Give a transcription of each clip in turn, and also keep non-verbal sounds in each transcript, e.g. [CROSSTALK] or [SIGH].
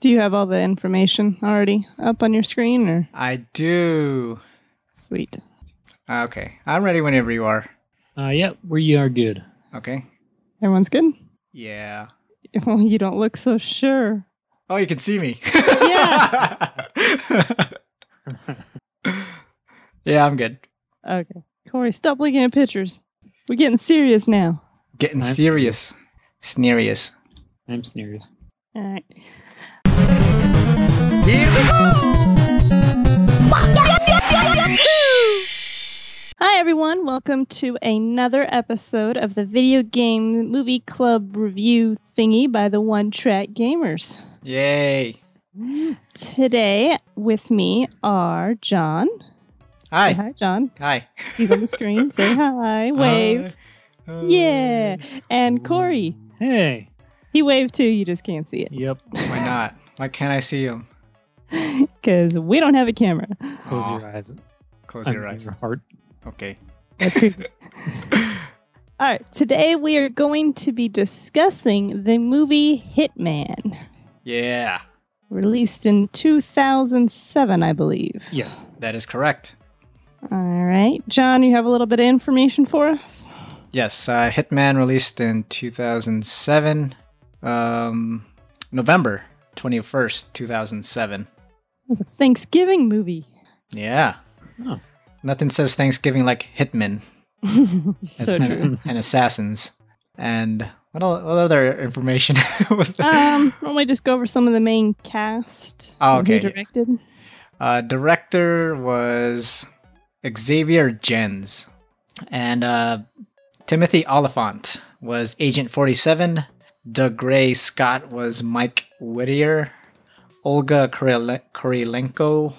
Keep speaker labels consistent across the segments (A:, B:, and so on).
A: Do you have all the information already up on your screen or
B: I do. Ah,
A: sweet?
B: Okay. I'm ready whenever you are.
C: Uh, yep, we are good.
B: Okay.
A: Everyone's good? [LAUGHS]
B: Yeah.
A: Well, you don't look so sure.
B: Oh, you can see me.
A: Yeah.
B: [LAUGHS] yeah, I'm good.
A: Okay. Corey, stop looking at pictures. We're getting serious now.
B: Getting
C: I'm
B: serious. Snerious.
C: I'm Sneers.
A: All right. Hi, everyone. Welcome to another episode of the video game movie club review thingy by the One Track Gamers.
B: Yay.
A: Today with me are John. Say
B: Hi.
A: hi, John.
B: Hi.
A: He's on the screen. Say hi. Wave.
B: Hi.
A: Yeah. And Corey.
C: Hey.
A: He waved too. You just can't see it
C: Yep.
B: Why not? Why can't I see him?
A: [LAUGHS] because we don't have a camera.
C: Close
B: Aw,
C: your eyes.
B: Ah. Close
C: I
B: your
C: mean,
B: eyes.
C: Your heart.
B: Okay.
A: That's creepy. All right. Today we are going to be discussing the movie Hitman.
B: [LAUGHS] yeah.
A: released in 2007, I believe.
C: Yes.
B: That is correct.
A: All right. John, you have a little bit of information for us?
B: Yes, uh, Hitman released in 2007, um, November 21st, 2007.
A: It was a Thanksgiving movie.
B: Yeah.
C: Oh.
B: Nothing says Thanksgiving like Hitman
A: [LAUGHS] so
B: [LAUGHS]
A: true.
B: and assassins. And what, all, what other information [LAUGHS] was there?
A: Um, why don't we just go over some of the main cast?
B: Oh,
A: and who
B: okay.
A: directed?
B: Uh, director was Xavier Jens, and uh, Timothy Oliphant was Agent 47. Doug Gray Scott was Mike Whittier. Olga Kuryle- Kurylenko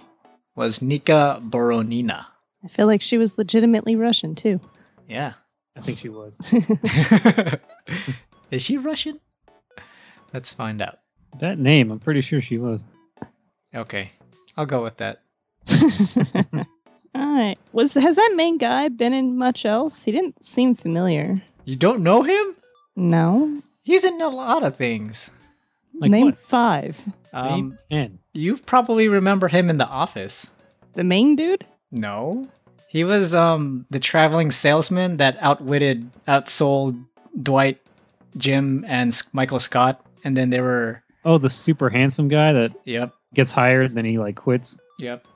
B: was Nika Boronina.
A: I feel like she was legitimately Russian too.
B: Yeah. [LAUGHS]
C: I think
A: [LAUGHS]
C: she was.
B: Is she Russian? Let's find out.
C: That name, I'm pretty sure she was.
B: Okay. I'll go with that.
A: All right. Was has that main guy been in much else? He didn't seem familiar.
B: You don't know him?
A: No.
B: He's in a lot of things.
C: Like
A: Name
C: what?
A: five.
B: Um,
C: name 10.
B: you probably remember him in The Office.
A: The main dude?
B: No. He was um the traveling salesman that outwitted, outsold Dwight, Jim, and S- Michael Scott, and then they were
C: Oh, the super handsome guy that
B: yep,
C: gets hired, then he like quits.
B: yep.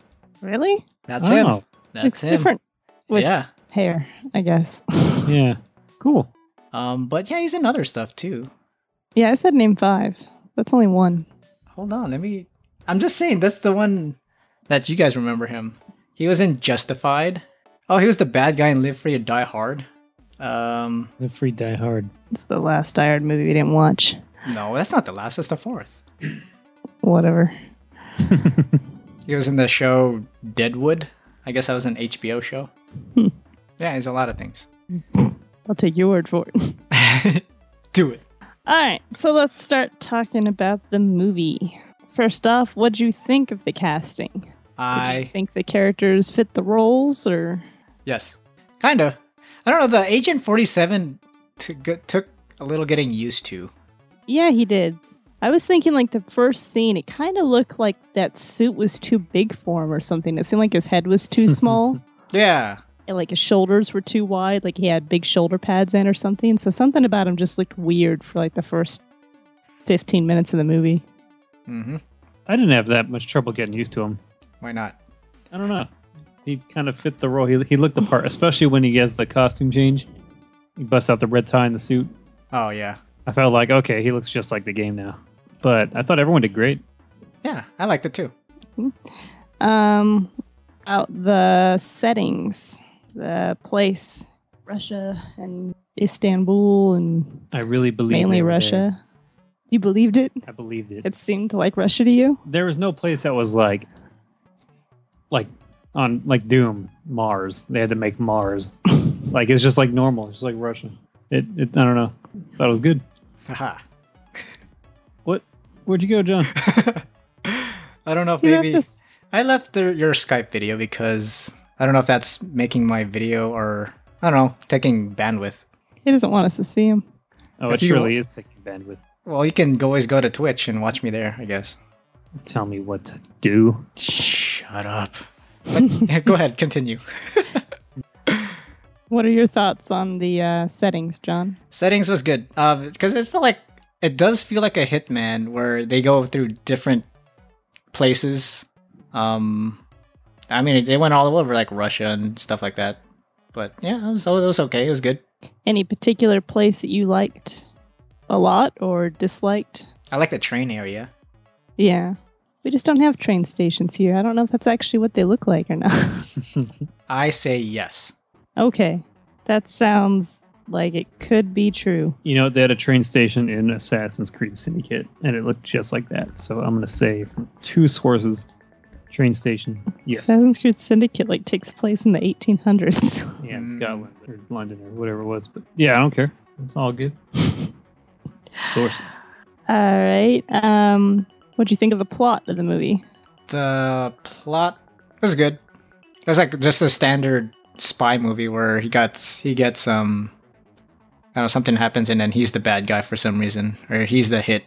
A: Really?
B: That's him.
C: oh,
B: That's
A: Looks
B: him.
A: different with
B: yeah.
A: hair, I guess. [LAUGHS]
C: yeah. Cool.
B: Um, but yeah, he's in other stuff too.
A: Yeah, I said name five. That's only one.
B: Hold on, let me. I'm just saying that's the one that you guys remember him. He was in Justified. Oh, he was the bad guy in Live Free or Die Hard. Um,
C: The free die hard.
A: It's the last Iron movie we didn't watch.
B: no, that's not the last. That's the fourth.
A: Whatever.
B: He was in the show Deadwood. I guess that was an HBO show.
A: Hmm.
B: yeah, he's a lot of
A: [LAUGHS]
B: things.
A: I'll take your word for it. [LAUGHS]
B: Do it.
A: All right, so let's start talking about the movie. First off, what'd you think of the casting? Did you
B: I
A: think the characters fit the roles, or
B: yes, kind of. I don't know. The Agent Forty Seven t- g- took a little getting used to.
A: yeah, he did. I was thinking like the first scene, it kind of looked like that suit was too big for him or something. It seemed like his head was
B: [LAUGHS]
A: too small.
B: Yeah,
A: and, like his shoulders were too wide, like he had big shoulder pads in or something. So something about him just looked weird for like the first 15 minutes of the movie.
B: hmm
C: I didn't have that much trouble getting used to him.
B: why not?
C: I don't know. He kind of fit the role. He, he looked the part, especially when he gets the costume change. He busts out the red tie and the suit.
B: Oh yeah,
C: I felt like, okay, he looks just like the game now. But I thought everyone did great.
B: yeah, I liked it too.
A: Um, out the settings, the place, Russia and Istanbul and
C: I really believed
A: mainly
C: they were there.
A: Russia. You believed it?
C: I believed it.
A: It seemed like Russia to you?
C: There was no place that was like, like on like Doom Mars. They had to make Mars. like it's just like normal. It's just like Russia. It, it. I don't know. That was good.
B: Haha. [LAUGHS]
C: What? Where'd you go, John?
B: I don't know if
A: You have
B: maybe
A: to s-
B: I left the, your Skype video because I don't know if that's making my video or I don't know taking bandwidth.
A: he doesn't want us to see him.
C: Oh,
B: If
C: it
B: you-
C: surely is taking bandwidth.
B: Well, you can go- always go to Twitch and watch me there, I guess.
C: tell me what to do. [LAUGHS]
B: Shut up. But- [LAUGHS] go ahead, continue.
A: What are your thoughts on the uh, settings, John?
B: Settings was good because it felt like it does feel like a Hitman where they go through different places. Um, I mean, they went all over like Russia and stuff like that. But yeah, it was, it was okay. It was good.
A: Any particular place that you liked a lot or disliked?
B: I like the train area.
A: Yeah. We just don't have train stations here. I don't know if that's actually what they look like or not. [LAUGHS]
B: I say yes.
A: okay. That sounds like it could be true.
C: You know, they had a train station in Assassin's Creed Syndicate, and it looked just like that. So I'm gonna say from two sources, train station. Yes,
A: Assassin's Creed Syndicate like takes place in the 1800s.
C: yeah, in
B: Mm.
C: Scotland or London or whatever it was. But yeah, I don't care. It's
A: [LAUGHS]
C: all good. sources.
A: [LAUGHS] All right. Um, what'd you think of the plot of the movie?
B: The plot was good. It was like just a standard spy movie where he got he gets um I don't know something happens and then he's the bad guy for some reason or he's the hit.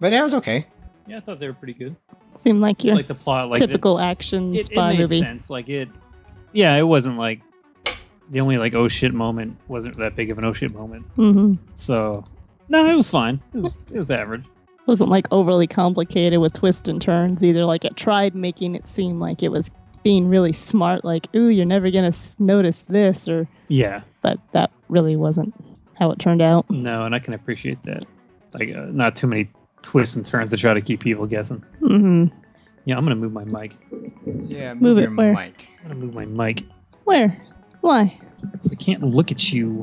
B: But yeah, it was okay.
C: Yeah, I thought they were pretty good.
A: Seemed like your
C: Like the plot, like the-
A: typical action
C: it, it
A: spy
C: made
A: movie.
C: sense. Like it, yeah, it wasn't like the only like oh shit moment wasn't that big of an oh shit moment.
A: Mm-hmm.
C: So no, it was fine. It was it was average.
A: wasn't like overly complicated with twists and turns either. Like it tried making it seem like it was being really smart, like "ooh, you're never gonna s- notice this," or
C: Yeah,
A: but that really wasn't how it turned out.
C: no, and I can appreciate that. Like uh, not too many twists and turns to try to keep people guessing.
A: hmm
C: Yeah, I'm gonna move my mic.
B: Yeah,
A: Move it where?
B: mic. [LAUGHS]
C: I'm gonna move my mic.
A: Where? Why?
C: 'Cause I can't look at you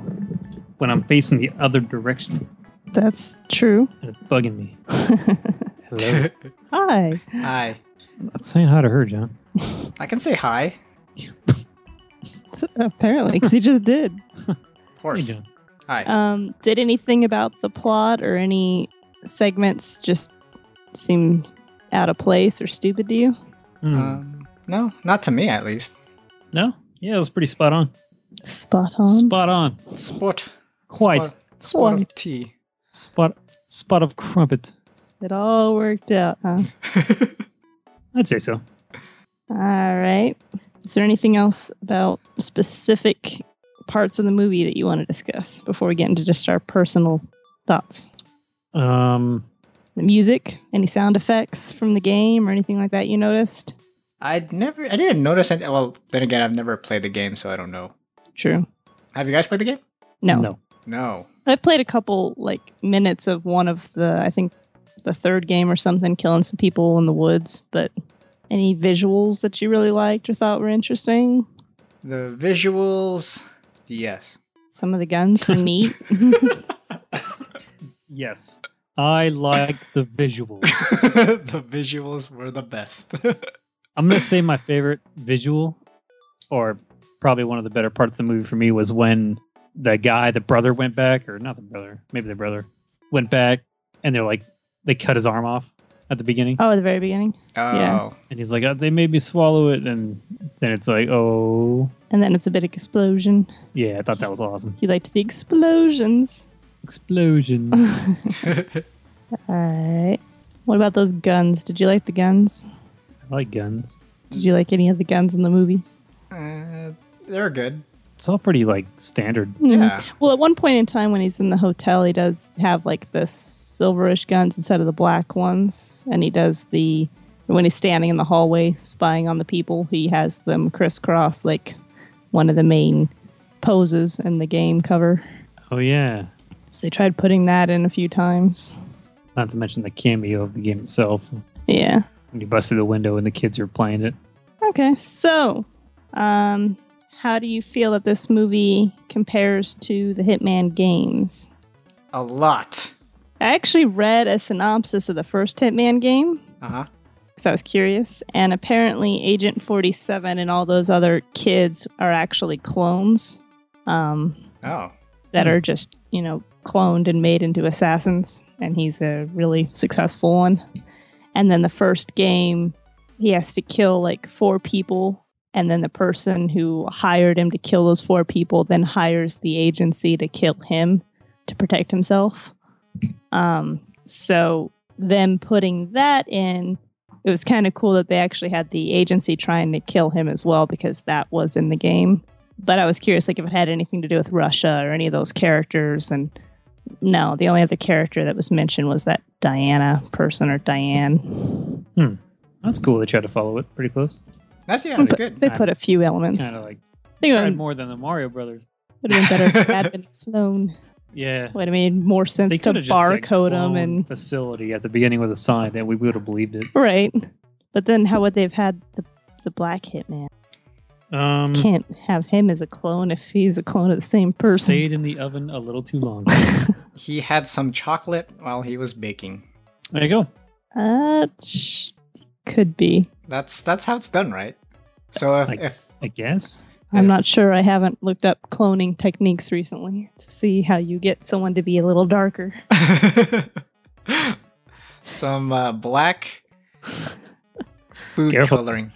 C: when I'm facing the other direction.
A: That's [LAUGHS] true.
C: And it's bugging me.
B: [LAUGHS]
C: Hello.
A: Hi.
B: hi.
C: I'm saying hi to her, John.
B: I can say hi.
A: S- Apparently, because he just did.
B: Of
C: How you
B: course.
C: doing?
B: Hi.
A: Um, did anything about the plot or any segments just seem out of place or stupid to you?
C: Hmm.
B: Um, no, not to me at least.
C: no. Yeah, it was pretty spot on.
A: Spot on.
C: Spot on.
B: Sport.
C: Quite.
B: Sport, sport of
A: Quite.
B: tea. [LAUGHS]
C: Spot spot of crumpet.
A: It all worked out. Huh?
C: I'd say so.
A: All right. Is there anything else about specific parts of the movie that you want to discuss before we get into just our personal thoughts?
C: Um
A: The music, any sound effects from the game or anything like that you noticed?
B: I'd never. I didn't notice any. Well, then again, I've never played the game, so I don't know.
A: True.
B: Have you guys played the game?
A: No.
C: No.
B: No.
A: I played a couple like minutes of one of the I think the third game or something killing some people in the woods, but any visuals that you really liked or thought were interesting?
B: The visuals. Yes.
A: Some of the guns [LAUGHS] were neat.
C: Yes. I liked the visual.
B: [LAUGHS] the visuals were the best. [LAUGHS]
C: I'm gonna say my favorite visual, or probably one of the better parts of the movie for me was when the guy, the brother, went back, or not the brother, maybe the brother, went back, and they're like, they cut his arm off at the beginning,
A: oh, at the very beginning. Yeah.
B: Oh.
C: and he's like, oh, they made me swallow it, and then it's like, oh,
A: And then it's a big explosion.
C: yeah, I thought that was awesome.
A: You liked the explosions.
C: Explosion.
A: All right. What about those guns? Did you like the guns?
C: I like guns.
A: Did you like any of the guns in the movie?
B: uh, they're good.
C: It's all pretty like standard.
A: Mm.
B: Yeah.
A: Mm-hmm. Well, at one point in time when he's in the hotel, he does have like the silverish guns instead of the black ones. And he does the, when he's standing in the hallway spying on the people, he has them crisscross like one of the main poses in the game cover.
C: Oh yeah.
A: So they tried putting that in a few times.
C: Not to mention the cameo of the game itself.
A: Yeah.
C: When you bust through the window and the kids are playing it.
A: Okay, so um, how do you feel that this movie compares to the Hitman games?
B: A lot.
A: I actually read a synopsis of the first Hitman game
B: Uh huh.
A: because I was curious, and apparently Agent 47 and all those other kids are actually clones um,
B: Oh.
A: that
C: Hmm.
A: are just, you know, cloned and made into assassins, and he's a really successful one. And then the first game, he has to kill like four people. And then the person who hired him to kill those four people then hires the agency to kill him to protect himself. Um, so, them putting that in it was kind of cool that they actually had the agency trying to kill him as well because that was in the game. But I was curious, like if it had anything to do with Russia or any of those characters. And no, the only other character that was mentioned was that Diana person or Diane.
C: That's cool. They tried to follow it pretty close.
B: That's yeah, that's
A: But
B: good.
A: They put a few elements.
C: Kind of like
A: I think it
C: tried
A: would-
C: more than the Mario Brothers.
A: would have been better if it had
C: [LAUGHS]
A: been clone.
C: Yeah.
A: Would have made more sense to
C: coulda just said
A: barcode them
C: clone
A: and
C: facility at the beginning with a sign, and we would have believed it.
A: right. But then how would they have had the the black hitman?
C: Um,
A: Can't have him as a clone if he's a clone of the same person. [LAUGHS]
C: Stayed in the oven a little too long.
B: He had some chocolate while he was baking.
C: there you go.
A: Uh, sh- could be.
B: That's that's how it's done, right? So if,
C: Like-
B: if
C: I guess.
A: I'm
B: If-
A: not sure. I haven't looked up cloning techniques recently to see how you get someone to be a little darker.
B: [LAUGHS] some uh, black food
C: Careful.
B: coloring,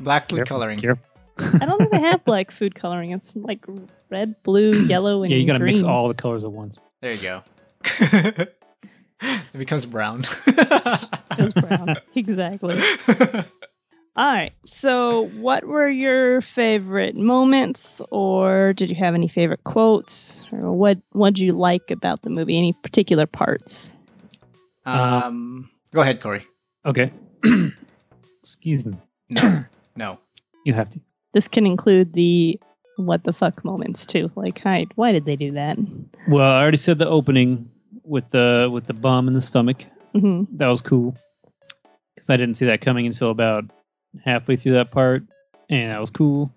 B: black food
C: Careful,
B: coloring.
C: careful.
A: I don't think they have black food coloring. It's like red,
C: [CLEARS THROAT]
A: blue, yellow, and
C: Yeah, you got to mix
A: green.
C: all the colors at once.
B: There you go. [LAUGHS] it becomes brown. [LAUGHS]
A: It's
C: [LAUGHS]
A: brown. [LAUGHS] exactly. All right. So, what were your favorite moments, or did you have any favorite quotes, or what what did you like about the movie? Any particular parts?
B: um, go ahead, Corey.
C: Okay. [CLEARS THROAT] Excuse me.
B: No, no.
C: You have to.
A: This can include the what the fuck moments too. Like, hi, why did they do that?
C: Well, I already said the opening with the with the bomb in the stomach.
A: [LAUGHS] hmm
C: That was cool because I didn't see that coming until about halfway through that part, and that was cool.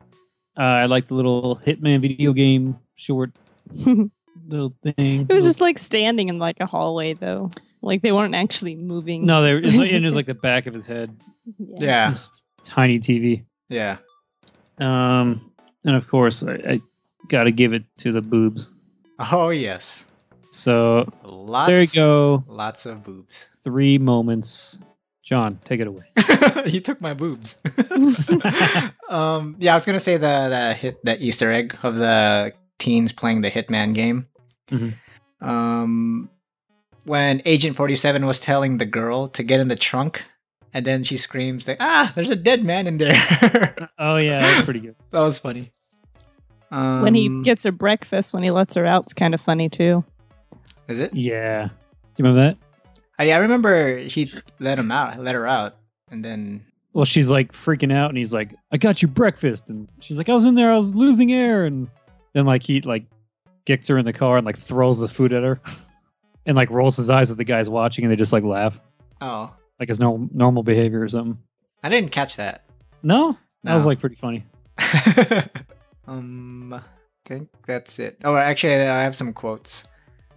C: Uh, I liked the little Hitman video game short little thing.
A: It was just like standing in like a hallway though. Like they weren't actually moving.
C: no, there it was, like, and
A: [LAUGHS]
C: it was like the back of his head,
B: Yeah,
C: Just tiny TV.
B: yeah.
C: Um, and of course, I, I got to give it to the boobs.
B: Oh yes,
C: So
B: lots.
C: there you go,
B: Lots of boobs. [LAUGHS]
C: three moments. John, take it away.
B: he took my boobs. um, yeah, I was gonna say the the hit the Easter egg of the teens playing the Hitman game.
C: Mhm.
B: Um, when Agent Forty Seven was telling the girl to get in the trunk, and then she screams like, "Ah, there's a dead man in there." [LAUGHS] that
C: Oh yeah, that's pretty good.
B: was funny. Um,
A: When he gets her breakfast, when he lets her out, it's kind of funny too.
B: is it?
C: [LAUGHS] Yeah, do you remember that?
B: I, I remember he let him out, let her out, and then
C: Well, she's like freaking out, and he's like, "I got you breakfast," and she's like, "I was in there, I was losing air," and then like he like kicks her in the car and like throws the food at her, [LAUGHS] and like rolls his eyes at the guys watching, and they just like laugh
B: oh,
C: like it's normal normal behavior or something.
B: I didn't catch that. [LAUGHS]
C: No, that was
B: No.
C: like pretty funny.
B: um, I think that's it. Oh, actually, I have some quotes.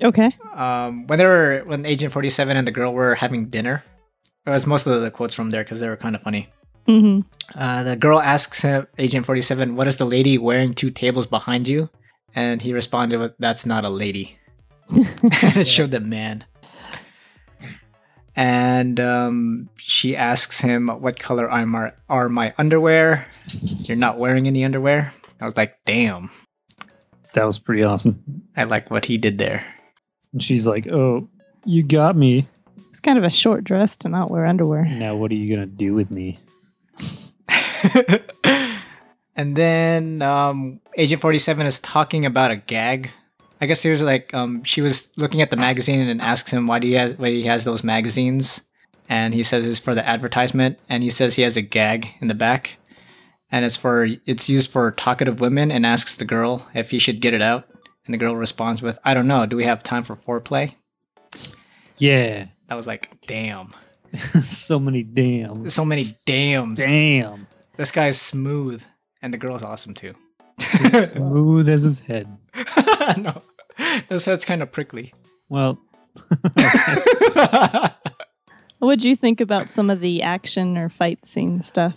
A: Okay.
B: Um, when they were when Agent Forty Seven and the girl were having dinner, it was most of the quotes from there because they were kind of funny.
A: hmm
B: Uh, the girl asks him, Agent Forty Seven, "What is the lady wearing two tables behind you?" And he responded with, "That's not a lady." [LAUGHS] and it showed the man. And um, she asks him, "What color are my are my underwear?" You're not wearing any underwear. I was like, "Damn."
C: That was pretty awesome.
B: I like what he did there.
C: And she's like, "Oh, you got me.
A: It's kind of a short dress to not wear underwear.
C: Now what are you gonna do with me?"
B: [LAUGHS] and then um, Agent 47 is talking about a gag. I guess there's like um, she was looking at the magazine and asks him why do he has why he has those magazines, and he says it's for the advertisement, and he says he has a gag in the back, and it's for it's used for talkative women, and asks the girl if he should get it out, and the girl responds with I don't know, do we have time for foreplay?
C: Yeah, [LAUGHS]
B: I was like, damn,
C: so many damn,
B: so many damns.
C: damn,
B: This guy's smooth, and the girl's awesome too.
C: He's smooth as his head.
B: [LAUGHS] no, this head's kind of prickly.
C: Well,
A: What would you think about some of the action or fight scene stuff?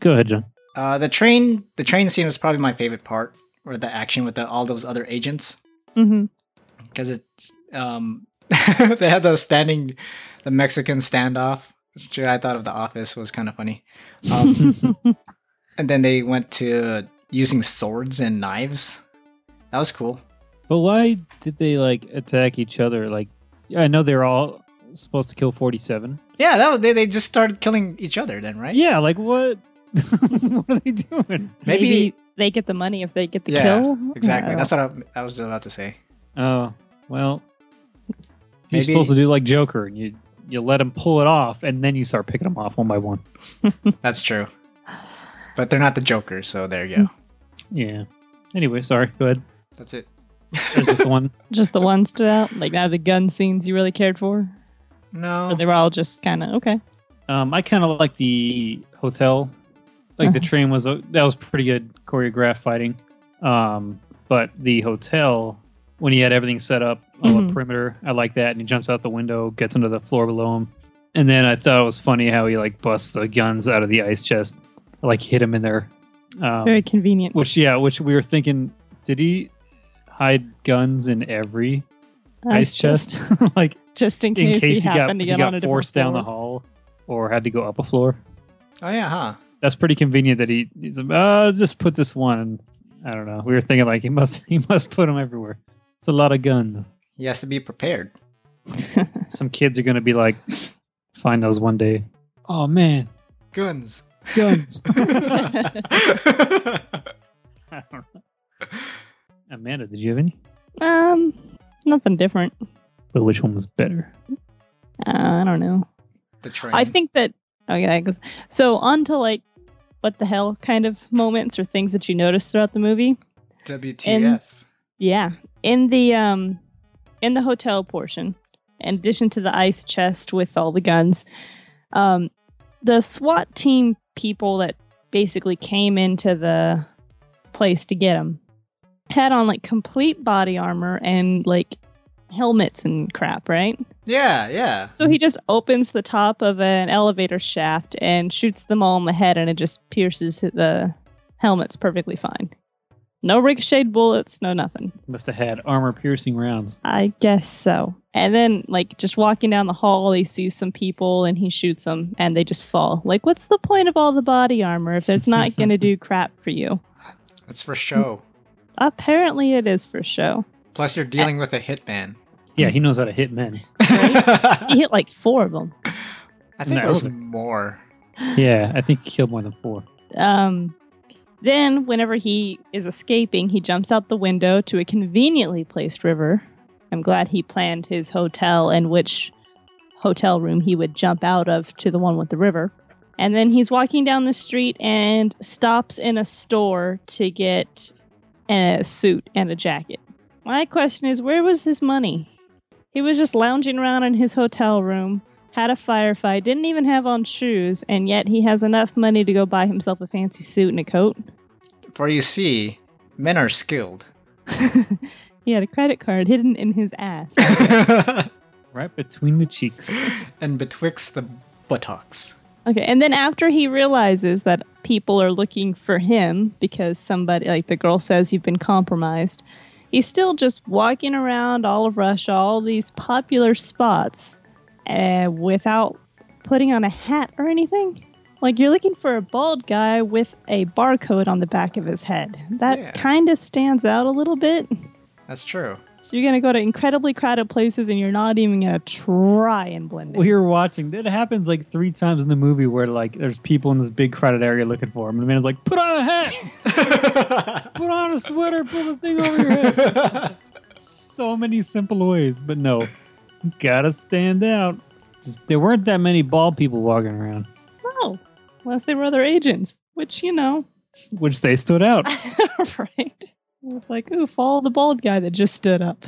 C: go ahead, John.
B: [LAUGHS] uh, the train, the train scene was probably my favorite part, or the action with the, all those other agents,
A: Mm-hmm.
B: because it, um, [LAUGHS] they had the standing, the Mexican standoff, which I thought of The Office was kind of funny, um, [LAUGHS] and then they went to using swords and knives. That was cool.
C: But why did they like attack each other? Like, I know they're all supposed to kill 47.
B: Yeah, that was, they they just started killing each other then, right?
C: Yeah, like what? [LAUGHS] what are they doing?
B: Maybe-
A: they get the money if they get the
B: Yeah,
A: kill.
B: exactly.
A: Uh,
B: That's what I, I was about to say.
C: Oh, well. You're
B: Maybe-
C: supposed to do like Joker and you, you let them pull it off and then you start picking them off one by one.
B: That's true. But they're not the Joker, so there you go.
A: Hmm.
C: Yeah. Anyway, sorry. Go ahead.
B: That's it.
C: That's just the one.
A: just the one stood out. Like none of the gun scenes you really cared for.
B: no.
A: Or they were all just kind of okay.
C: Um, I kind of like the hotel. Like the
A: Uh-huh.
C: train was a, that was pretty good choreographed fighting. Um, but the hotel when he had everything set up on
A: Mhm.
C: the perimeter, I like that. And he jumps out the window, gets into the floor below him, and then I thought it was funny how he like busts the guns out of the ice chest, like hit him in there. Um,
A: Very convenient.
C: which yeah, which we were thinking, did he hide guns in every ice chest? [LAUGHS] like
A: Just in
C: in
A: case,
C: case he got,
A: happened
C: he
A: to get on a
C: got
A: different
C: forced down the
A: floor.
C: hall or had to go up a floor.
B: Oh yeah, huh?
C: That's pretty convenient that he he's like, uh, just put this one. I don't know. We were thinking like he must [LAUGHS] he must put them everywhere. It's a lot of guns.
B: He has to be prepared.
C: Some kids are gonna be like, find those one day. Oh man,
B: [LAUGHS] Guns.
C: guns.
B: I
C: I don't know. [LAUGHS] Amanda, did you have any?
A: Um, nothing different.
C: But which one was better?
A: Uh, I don't know.
B: The train.
A: I think that oh, okay. Cause, so on to like what the hell kind of moments or things that you noticed throughout the movie.
B: WTF.
A: Yeah, in the um, in the hotel portion, in addition to the ice chest with all the guns, um, the SWAT team people that basically came into the place to get him had on like complete body armor and like helmets and crap, right?
B: Yeah, yeah.
A: So he just opens the top of an elevator shaft and shoots them all in the head, and it just pierces the helmets perfectly fine. No ricocheted bullets, no nothing.
C: Must have had armor piercing rounds.
A: I guess so. And then, like, just walking down the hall, he sees some people and he shoots them and they just fall. Like, what's the point of all the body armor if it's not going to do crap for you?
B: It's for show.
A: Apparently, it is for show.
B: Plus, you're dealing with a hitman. [LAUGHS]
C: Yeah, he knows how to hit men.
A: He hit like four of them.
B: I think
C: No.
B: it was more.
C: Yeah, I think he killed more than four.
A: Um, then, whenever he is escaping, he jumps out the window to a conveniently placed river. I'm glad he planned his hotel and which hotel room he would jump out of to the one with the river. And then he's walking down the street and stops in a store to get a suit and a jacket. My question is where was his money? He was just lounging around in his hotel room, had a firefight, didn't even have on shoes, and yet he has enough money to go buy himself a fancy suit and a coat. [LAUGHS]
B: For you see, men are skilled.
A: he had a credit card hidden in his ass.
C: Right between the cheeks.
B: and betwixt the buttocks.
A: Okay, and then after he realizes that people are looking for him because somebody, like the girl says, you've been compromised, he's still just walking around all of Russia, all these popular spots, uh, without putting on a hat or anything. Like you're looking for a bald guy with a barcode on the back of his head. That
B: Yeah.
A: kind of stands out a little bit.
B: That's true. [LAUGHS]
A: So you're gonna go to incredibly crowded places, and you're not even gonna try and blend in.
C: we were watching that happens like three times in the movie where like there's people in this big crowded area looking for him and the man's like put on a hat put on a sweater put the thing over your head so many simple ways but no gotta stand out Just, there weren't that many bald people walking around
A: No, unless they were other agents, which, you know,
C: which they stood out
A: right? It's like, ooh, follow the bald guy that just stood up.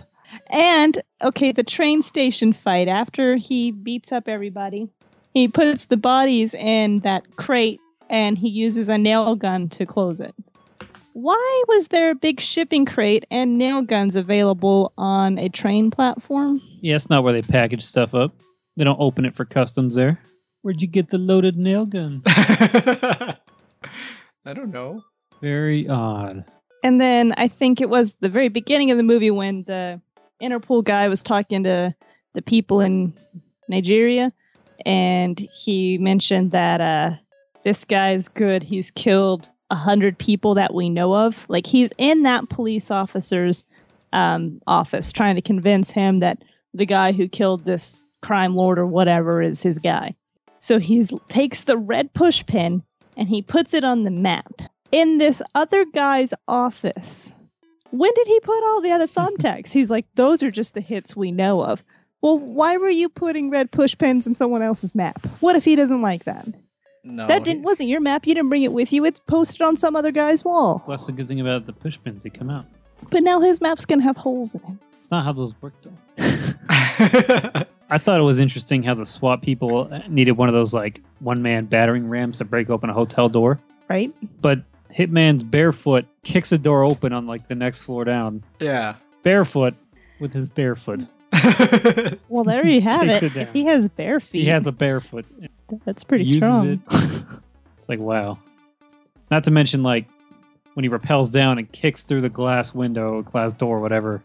A: And, okay, the train station fight, after he beats up everybody, he puts the bodies in that crate and he uses a nail gun to close it. Why was there a big shipping crate and nail guns available on a train platform?
C: yeah it's not where they package stuff up they don't open it for customs there where'd you get the loaded nail gun
B: I don't know.
C: very odd
A: And then I think it was the very beginning of the movie when the Interpol guy was talking to the people in Nigeria, and he mentioned that uh, this guy's good. He's killed a hundred people that we know of. Like he's in that police officer's um, office trying to convince him that the guy who killed this crime lord or whatever is his guy. So he takes the red push pin and he puts it on the map in this other guy's office. When did he put all the other thumbtacks? He's like, those are just the hits we know of. Well, why were you putting red push pins in someone else's map? What if he doesn't like that?
B: No,
A: that didn't wasn't your map. You didn't bring it with you. It's posted on some other guy's wall.
C: Well, that's the good thing about the push pins. They come out.
A: But now his map's gonna have holes in it.
C: It's not how those work though.
B: he-
C: I thought it was interesting how the SWAT people needed one of those like one man battering rams to break open a hotel door.
A: Right?
C: But Hitman's barefoot kicks a door open on like the next floor down.
B: [LAUGHS] yeah.
C: Barefoot with his barefoot.
A: Well, there
C: [LAUGHS]
A: you have
C: Takes
A: it.
C: it down.
A: he has bare feet.
C: He has a barefoot.
A: That's pretty
C: Uses
A: strong.
C: it. [LAUGHS] it's like wow. Not to mention like when he repels down and kicks through the glass window, glass door, whatever.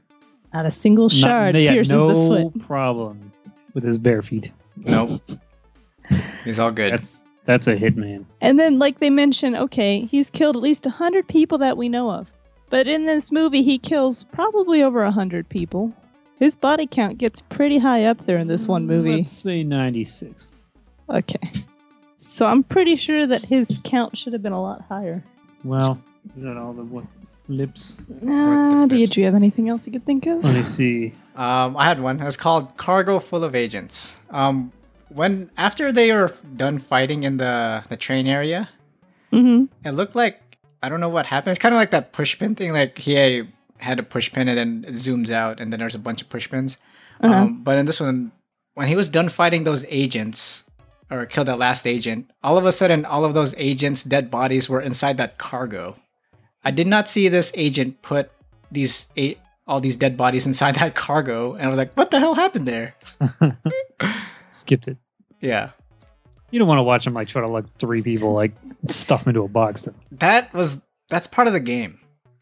A: Not a single
C: Not-
A: shard
C: yeah,
A: pierces
C: no
A: the foot.
C: problem with his bare feet.
B: nope. He's all good.
C: That's that's a hitman.
A: And then, like they mention, okay, he's killed at least 100 people that we know of. But in this movie, he kills probably over 100 people. His body count gets pretty high up there in this one movie.
C: Mm, Let's say ninety six.
A: Okay. So I'm pretty sure that his count should have been a lot higher.
C: Well, is that all the what, flips?
A: Uh, do, you,
B: flips.
A: do you have anything else you could think of?
C: Let me see.
B: Um, I had one. It was called "Cargo Full of Agents." Um, when after they were f- done fighting in the the train area,
A: Mm-hmm.
B: it looked like I don't know what happened. It's kind of like that push pin thing. Like he had a push pin and then it zooms out, and then there's a bunch of push pins.
A: Uh-huh.
B: Um, but in this one, when he was done fighting those agents or killed that last agent, all of a sudden, all of those agents' dead bodies were inside that cargo. I did not see this agent put these eight, all these dead bodies inside [LAUGHS] that cargo, and I was like, "What the hell happened there?"
C: Skipped it.
B: Yeah,
C: You don't want to watch him like try to like three people like stuff him into a box.
B: that was that's part of the game.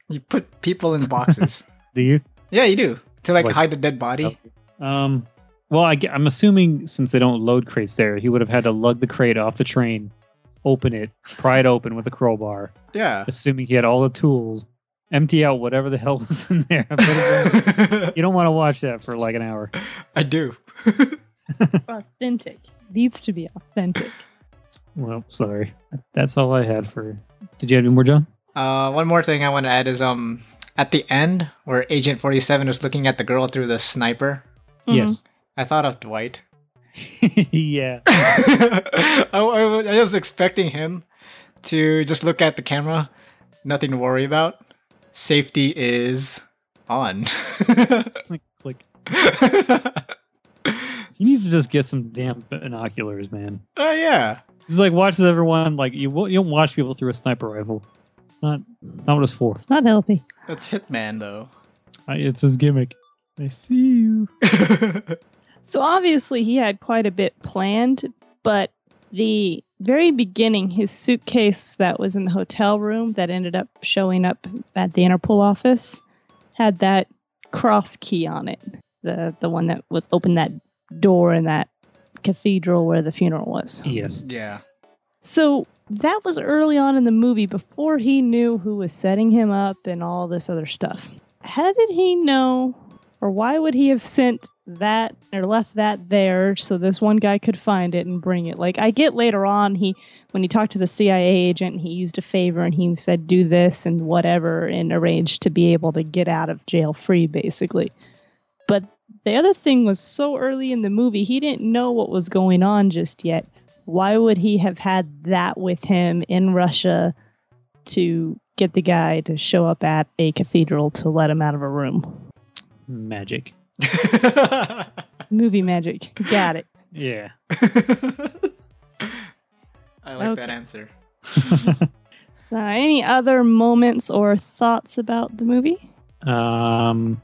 B: You put people in boxes. [LAUGHS]
C: Do you?
B: yeah, you do to like,
C: Like-
B: hide the dead body.
C: Um. Well, I, am assuming since they don't load crates there, he would have had to lug the crate off the train, open it, pry it open with a crowbar. [LAUGHS]
B: Yeah.
C: Assuming he had all the tools, empty out whatever the hell [LAUGHS] was in there. put it back. you don't want to watch that for like an hour.
B: I do.
A: Authentic. Needs to be authentic.
C: Well, sorry. That's all I had for. Did you have any more, John?
B: Uh, one more thing I want to add is um at the end where Agent Forty Seven was looking at the girl through the sniper.
A: Mm-hmm.
C: Yes.
B: I thought of Dwight. [LAUGHS]
C: [LAUGHS] yeah.
B: I, I wa- I was expecting him to just look at the camera, nothing to worry about. Safety is on. [LAUGHS]
C: Click, click. He needs to just get some damn binoculars, man.
B: Oh yeah.
C: He's like watches everyone. Like you, wa- you don't watch people through a sniper rifle. It's not. It's not what it's for.
A: It's Mm-hmm. not healthy.
B: That's Hitman though. [LAUGHS]
C: I- It's his gimmick. I see you.
A: So obviously he had quite a bit planned, but the very beginning, his suitcase that was in the hotel room that ended up showing up at the Interpol office had that cross key on it. The the one that was opened that door in that cathedral where the funeral was.
C: Yes.
B: yeah. [LAUGHS]
A: So that was early on in the movie before he knew who was setting him up and all this other stuff. How did he know, or why would he have sent that or left that there so this one guy could find it and bring it? Like, I get later on, he, when he talked to the CIA agent, he used a favor and he said, do this and whatever, and arranged to be able to get out of jail free, basically. But the other thing was so early in the movie, he didn't know what was going on just yet why would he have had that with him in Russia to get the guy to show up at a cathedral to let him out of a room?
C: Magic.
A: Movie magic. Got
C: [LAUGHS]
A: it.
C: Yeah.
B: [LAUGHS] I like that
A: Okay.
B: answer.
A: So, any other moments or thoughts about the movie?
C: um.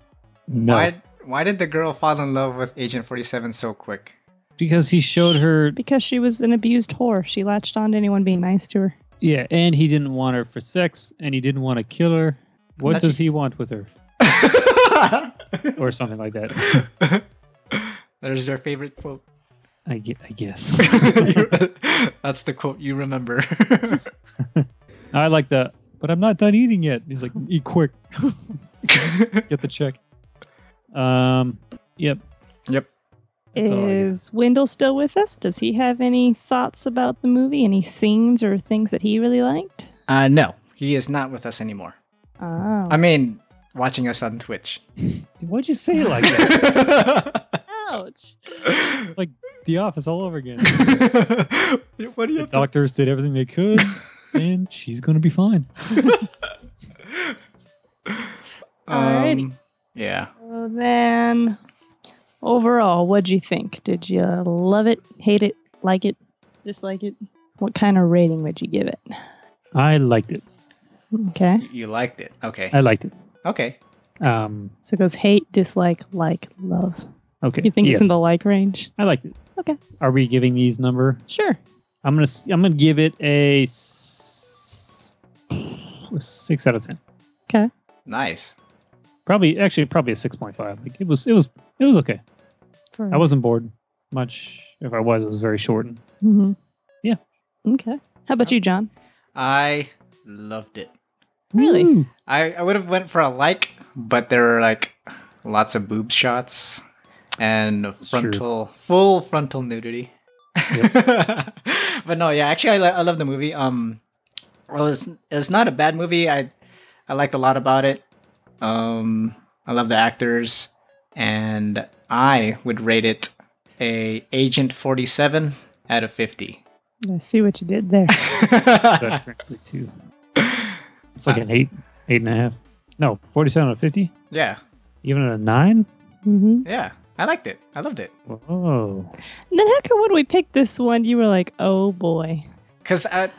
C: No.
B: Why why did the girl fall in love with Agent 47 so [LAUGHS] quick?
C: Because he showed her.
A: Because she was an abused whore. She latched on to anyone being nice to her.
C: Yeah, and he didn't want her for sex, and he didn't want to kill her. What
B: That's-
C: does he want with her, or something like that?
B: There's your favorite [LAUGHS] quote.
C: I, gue- I guess. [LAUGHS]
B: That's the quote you remember.
C: I like the, but I'm not done eating yet. He's like, eat quick, get the check. Um, yep.
B: Yep.
C: That's all I got.
A: Is Wendell still with us? Does he have any thoughts about the movie? Any scenes or things that he really liked?
B: [LAUGHS] Uh, no, he is not with us anymore.
A: Oh.
B: I mean, watching us on Twitch.
C: Why'd you say it
A: [LAUGHS]
B: [LAUGHS]
C: like that?
A: Oh, Ouch.
C: the office all
A: [LAUGHS]
C: over again.
B: what do you
C: The
B: have to
C: doctors did everything they could, and she's gonna be fine.
A: Alrighty.
B: Um, yeah.
A: So Uh, then, overall, what'd you think? Did you love it, hate it, like it, dislike it? What kind of rating would you give it?
C: I liked it.
A: Okay.
B: You liked it. Okay.
C: I liked it.
B: Okay.
C: Um,
A: So it goes hate, dislike, like, love.
C: okay.
A: You think
C: yes,
A: it's in the like range?
C: I liked it.
A: Okay.
C: Are we giving these number?
A: Sure.
C: I'm gonna. s- I'm gonna give it a s- six out of ten.
B: Nice.
C: Probably, actually, probably a six point five. Like it was. It was. It was okay.
A: For,
C: I wasn't bored much. If I was, it was very short.
A: Mhm.
C: Yeah.
A: Okay. How about you, John?
B: I loved it.
A: Really?
C: Woo.
B: I, I would have went for a like, but there were like lots of boob shots and
C: true.
B: frontal, full frontal nudity. [LAUGHS] but no, yeah, actually, I, lo- I love the movie. Um, it was it was not a bad movie. I I liked a lot about it. Um, I love the actors, and I would rate it a Agent Forty Seven out of fifty. [LAUGHS]
A: I see what you did [LAUGHS] there.
C: That correctly too. It's like an eight, eight and a half. No, forty-seven out of fifty.
B: yeah,
C: Even at a nine.
A: hmm
B: yeah, I liked it. I loved it.
C: Whoa.
A: And then how come when we picked this one, you were like, oh boy.
B: Cause I,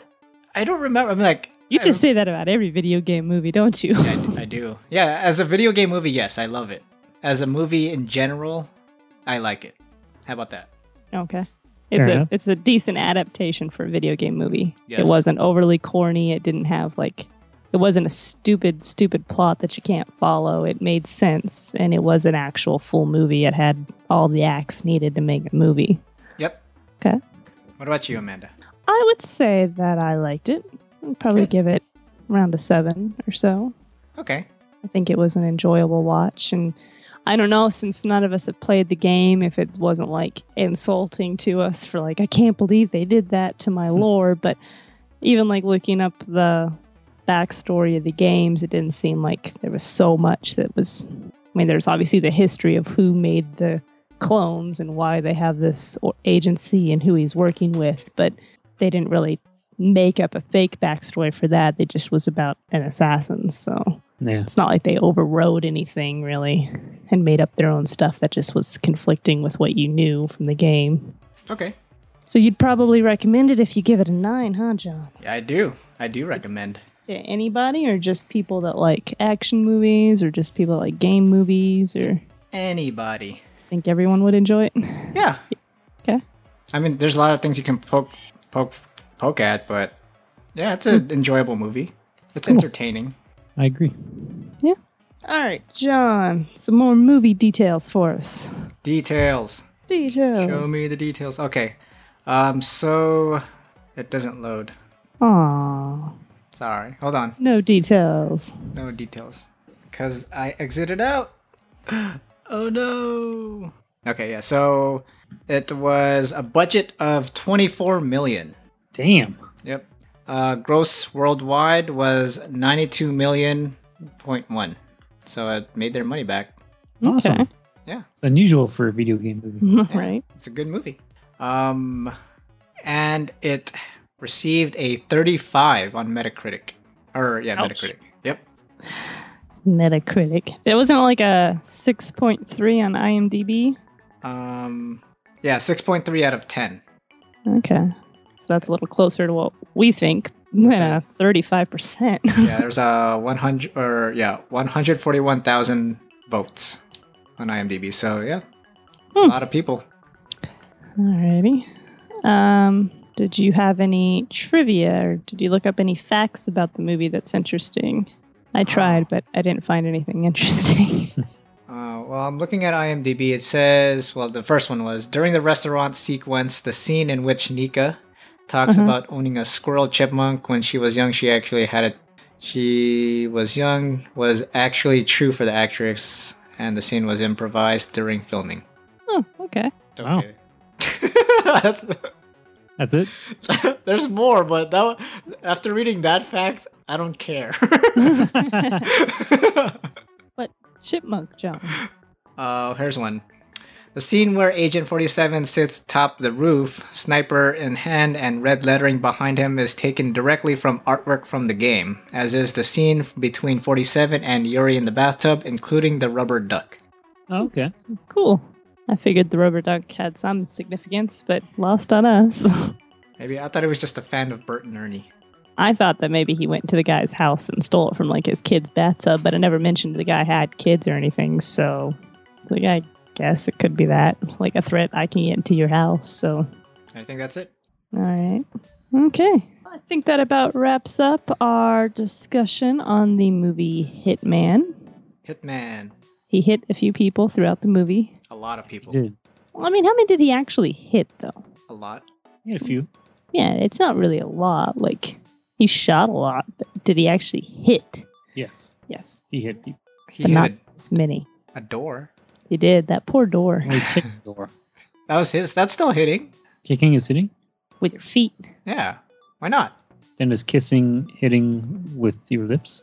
B: I don't remember. I'm like
A: You
B: I
A: just say that about every video game movie, don't you? [LAUGHS]
B: I, I do. Yeah, as a video game movie, yes, I love it. As a movie in general, I like it. How about that?
A: Okay. It's
C: Fair
A: a
C: enough.
A: it's a decent adaptation for a video game movie. It
B: Yes.
A: wasn't overly corny. It didn't have like it wasn't a stupid stupid plot that you can't follow. It made sense and it was an actual full movie. It had all the acts needed to make a movie.
B: Yep.
A: 'Kay.
B: What about you, Amanda?
A: I would say that I liked it. I'd probably
B: Good.
A: give it around a 7 or so.
B: Okay.
A: I think it was an enjoyable watch and I don't know since none of us have played the game if it wasn't like insulting to us for like I can't believe they did that to my lore but even like looking up the backstory of the games it didn't seem like there was so much that was I mean there's obviously the history of who made the clones and why they have this o- agency and who he's working with but they didn't really make up a fake backstory for that they just was about an assassin so
C: Yeah.
A: it's not like they overrode anything really and made up their own stuff that just was conflicting with what you knew from the game.
B: Okay.
A: So you'd probably recommend it if you give it a nine, huh, John?
B: Yeah, I do. I do recommend.
A: To anybody or just people that like action movies or just people that like game movies or
B: Anybody.
A: think everyone would enjoy it?
B: Yeah.
A: 'Kay.
B: I mean, there's a lot of things you can poke, poke, poke at, but yeah, it's
A: Hmm.
B: an enjoyable movie. It's entertaining.
C: I agree.
A: All right, John, some more movie details for us.
B: Details.
A: Details.
B: Show me the details. Okay. Um. So it doesn't load.
A: Aw,
B: Sorry. Hold on.
A: no details. [LAUGHS]
B: No details. Because I exited out. [GASPS] Oh no. Okay, yeah, so it was a budget of 24 million.
C: Damn.
B: Yep. Uh, gross worldwide was 92 million point one. So it made their money back.
C: Awesome.
A: Okay. Mm-hmm.
B: Yeah.
C: It's unusual for a video game movie.
A: right.
B: It's a good movie. Um, and it received a 35 on Metacritic. Or, yeah,
A: Ouch.
B: Metacritic. Yep.
A: Metacritic. It wasn't like a 6.3 on IMDb.
B: Um, yeah, 6.3 out
A: [LAUGHS]
B: of 10.
A: Okay. So that's a little closer to what we think than a [LAUGHS] 35%.
B: yeah, there's a 100 or yeah, 141,000 votes on IMDb. So yeah, a
A: Hmm.
B: lot of people.
A: Alrighty. Um, did you have any trivia or did you look up any facts about the movie that's interesting? I tried, but I didn't find anything [LAUGHS] interesting.
B: Uh, well, I'm looking at IMDb. It says, well, the first one was during the restaurant sequence, the scene in which Nika talks
A: Mhm.
B: about owning a squirrel chipmunk when she was young. She actually had it. She was young was actually true for the actress, and the scene was improvised during filming.
A: oh, okay.
C: Wow.
B: Okay. [LAUGHS] That's, [LAUGHS]
C: That's it.
B: there's more, but that one- after reading that fact, I don't care. [LAUGHS]
A: Chipmunk John.
B: Uh, here's one. The scene where Agent 47 sits atop the roof, sniper in hand and red lettering behind him, is taken directly from artwork from the game, as is the scene f- between 47 and Yuri in the bathtub, including the rubber duck.
C: Oh, okay.
A: Cool. I figured the rubber duck had some significance, but lost on us. [LAUGHS]
B: Maybe I thought it was just a fan of Bert and Ernie.
A: I thought that maybe he went to the guy's house and stole it from like his kid's bathtub, but I never mentioned the guy had kids or anything. So, like, I guess it could be that, like a threat I can get into your house. So,
B: I think that's it.
A: all right. Okay. I think that about wraps up our discussion on the movie Hitman.
B: Hitman.
A: He hit a few people throughout the movie.
B: A lot of
C: Yes, he
B: people.
C: did.
A: Well, I mean, how many did he actually hit, though?
B: A lot.
C: He had a few.
A: yeah, it's not really a lot. Like he shot a lot, but did he actually hit?
C: Yes,
A: Yes,
C: he hit people.
B: He
A: And
B: hit
A: not-
B: a,
A: it's many.
B: a door.
A: He did that poor door
C: He kicked the door.
B: That was his. That's still hitting.
C: Kicking is hitting.
A: with your feet.
C: [LAUGHS]
B: Yeah. Why not? [LAUGHS]
C: Then is kissing hitting with your lips?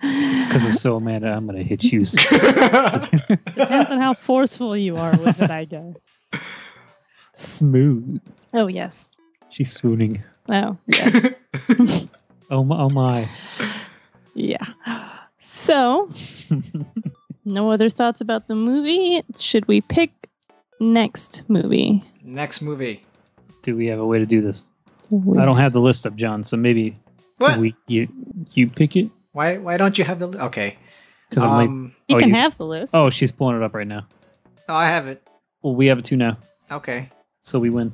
C: Because I'm so [LAUGHS] mad, I'm gonna hit
A: [LAUGHS]
C: you. [LAUGHS]
A: Depends on how forceful you are with it, I guess.
C: Smooth.
A: [LAUGHS] Oh yes.
C: She's swooning.
A: Oh yeah.
C: Oh my! Oh my!
A: yeah.
C: [LAUGHS]
A: So, no other thoughts about the movie. Should we pick next movie?
B: Next movie.
C: do we have a way to do this? I don't have the list up, John. So maybe
B: What?
C: we you you pick it
B: Why? Why don't you have the? Okay.
C: because I'm lazy.
B: Um,
A: You
C: oh,
A: can
C: you-
A: have the list.
C: Oh, she's pulling it up right now.
B: oh, I have it.
C: Well, we have it too now,
B: Okay.
C: so we win.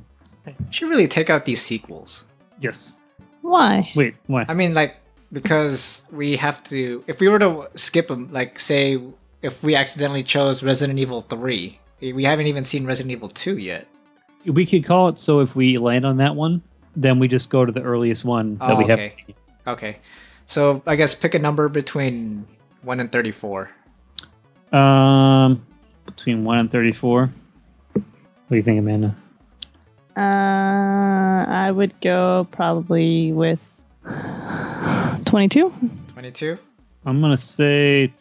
B: Should really take out these sequels.
C: Yes.
A: Why?
C: Wait. Why?
B: I mean, like because we have to. If we were to skip them, like say if we accidentally chose Resident Evil Three, we haven't even seen Resident Evil Two yet.
C: We could call it so if we land on that one, then we just go to the earliest one that
B: Oh,
C: we have.
B: okay. Okay. So I guess pick a number between one and thirty-four.
C: Um, between one and thirty-four. What do you think, Amanda?
A: Uh, I would go probably with [SIGHS] twenty-two.
B: Twenty-two.
C: I'm gonna say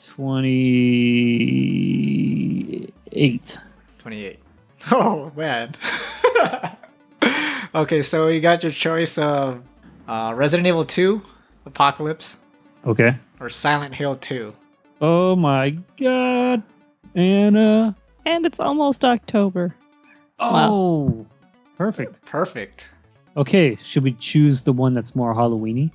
C: twenty-eight.
B: 28. [LAUGHS] Oh, man. [LAUGHS] okay, so you got your choice of uh, Resident Evil 2, Apocalypse,
C: Okay.
B: or Silent Hill 2.
C: Oh my God, Anna.
A: And it's almost October.
C: Oh, perfect.
B: Perfect.
C: Okay, should we choose the one that's more Halloweeny?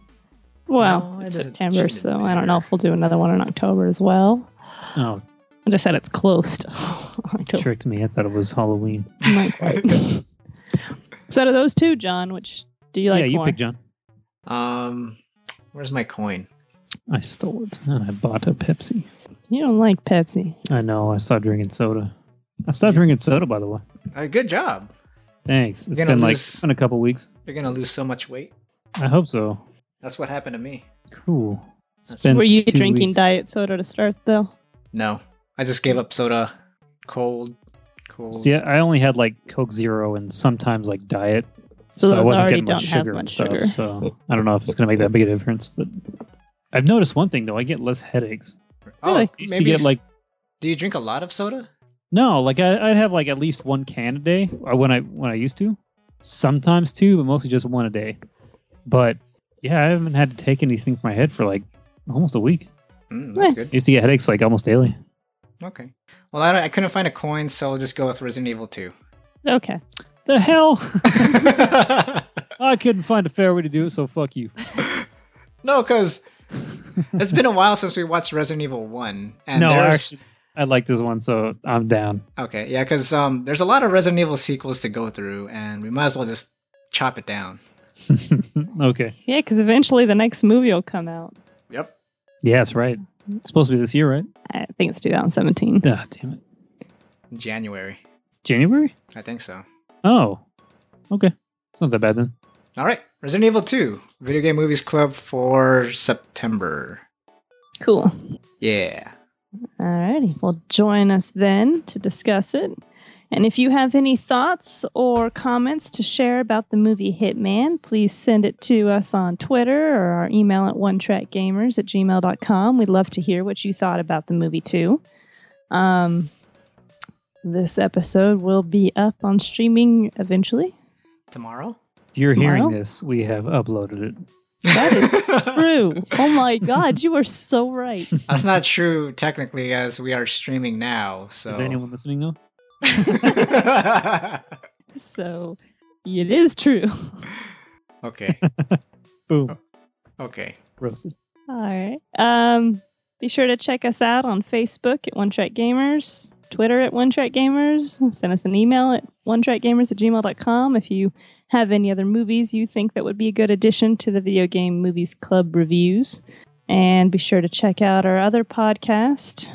A: Well,
B: No, it
A: it's
B: doesn't-
A: September,
B: shouldn't
A: so I don't know
B: matter.
A: if we'll do another one in October as well.
C: Oh,
A: I just said it's close to [LAUGHS] October.
C: tricked me. I thought it was Halloween.
A: Not quite. [LAUGHS] so out of those two, John, which do you like
C: yeah, you
A: more?
C: pick John.
B: Um, where's my coin?
C: I stole it and I bought a Pepsi.
A: You don't like Pepsi.
C: I know. I stopped drinking soda. I stopped drinking soda, by the way.
B: Uh, good job.
C: Thanks. It's
B: You're gonna
C: been like
B: lose.
C: it's been a couple weeks.
B: You're going to lose so much weight.
C: I hope so.
B: That's what happened to me.
C: Cool. It's
B: That's-
C: been
A: Were you
C: two
A: drinking
C: weeks.
A: diet soda to start though?
B: No, I just gave up soda. Cold. Cold.
C: See, I only had like Coke Zero and sometimes like diet,
A: So,
C: I
A: those
C: wasn't
A: already
C: getting
A: don't
C: much
A: have
C: sugar and
A: much
C: stuff.
A: sugar.
C: So I don't know if it's gonna make that big a difference. But I've noticed one thing though. I get less headaches.
B: oh,
A: really?
C: I used
B: maybe
C: to get like
B: Do you drink a lot of soda?
C: No, like I, I'd have like at least one can a day or when I when I used to. Sometimes two, but mostly just one a day. But yeah, I haven't had to take anything for my head for like almost a week.
B: Mm, that's
A: Nice.
C: I used to get headaches like almost daily.
B: good. Okay. Well, I, don't- I couldn't find a coin, so I'll just go with Resident Evil
C: [LAUGHS]
B: 2.
A: Okay.
C: The hell! [LAUGHS] I couldn't find a fair way to do it, so fuck you.
B: [LAUGHS] No, because it's been a while since we watched Resident Evil One, and
C: no,
B: there's
C: actually, I like this one, so I'm down. [LAUGHS]
B: okay, yeah, because um, there's a lot of Resident Evil sequels to go through, and we might as well just chop it down.
C: okay.
A: Yeah, because eventually the next movie will come out.
B: Yep.
C: Yeah, that's right. It's supposed to be this year, right?
A: I think it's 2017.
C: Ah, damn it.
B: January,
C: January?
B: I think so.
C: Oh. Okay. It's not that bad then.
B: All right, Resident Evil Two, Video Game Movies Club for September.
A: Cool.
B: Yeah.
A: Alrighty. Well, join us then to discuss it. And if you have any thoughts or comments to share about the movie Hitman, please send it to us on Twitter or our email at onetrackgamers at gmail.com. We'd love to hear what you thought about the movie, too. Um, this episode will be up on streaming eventually.
B: [LAUGHS] Tomorrow?
C: If you're hearing
A: Tomorrow?
C: this, we have uploaded it.
A: That is true. Oh my God, you are so right.
B: That's not true technically, as we are streaming now. So.
C: Is anyone listening though?
A: So it is true.
B: [LAUGHS] okay.
C: Boom.
B: Okay.
C: Roasted.
A: All right. Um, be sure to check us out on Facebook at One Track Gamers, Twitter at One Track Gamers. Send us an email at onetrackgamers at gmail.com if you have any other movies you think that would be a good addition to the Video Game Movies Club reviews. And be sure to check out our other podcast,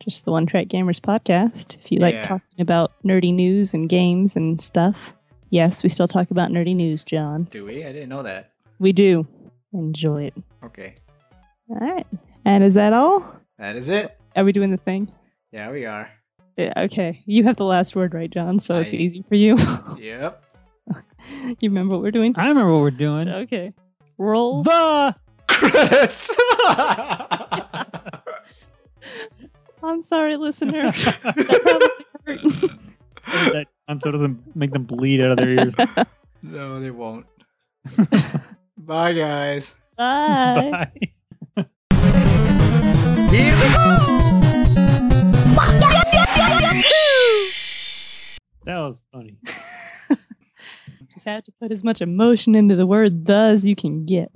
A: just the One Track Gamers podcast, if you like
B: Yeah.
A: talking about nerdy news and games and stuff. Yes, we still talk about nerdy news, John.
B: Do we? I didn't know that.
A: We do. Enjoy it.
B: Okay.
A: All right. And is that all?
B: That is it.
A: Are we doing the thing?
B: Yeah, we are.
A: Yeah, okay. You have the last word, right, John? So it's
B: I-
A: easy for you. [LAUGHS]
B: Yep.
A: you remember what we're doing?
C: I remember what we're doing.
A: Okay. Roll.
C: The [LAUGHS]
B: Credits.
A: I'm sorry, listener. That probably hurt.
C: that so it doesn't make them bleed out of their ears.
B: no, they won't. Bye, guys.
A: Bye.
C: [LAUGHS] Bye.
B: Here we go.
C: That was funny.
A: Just have to put as much emotion into the word "the" as you can get.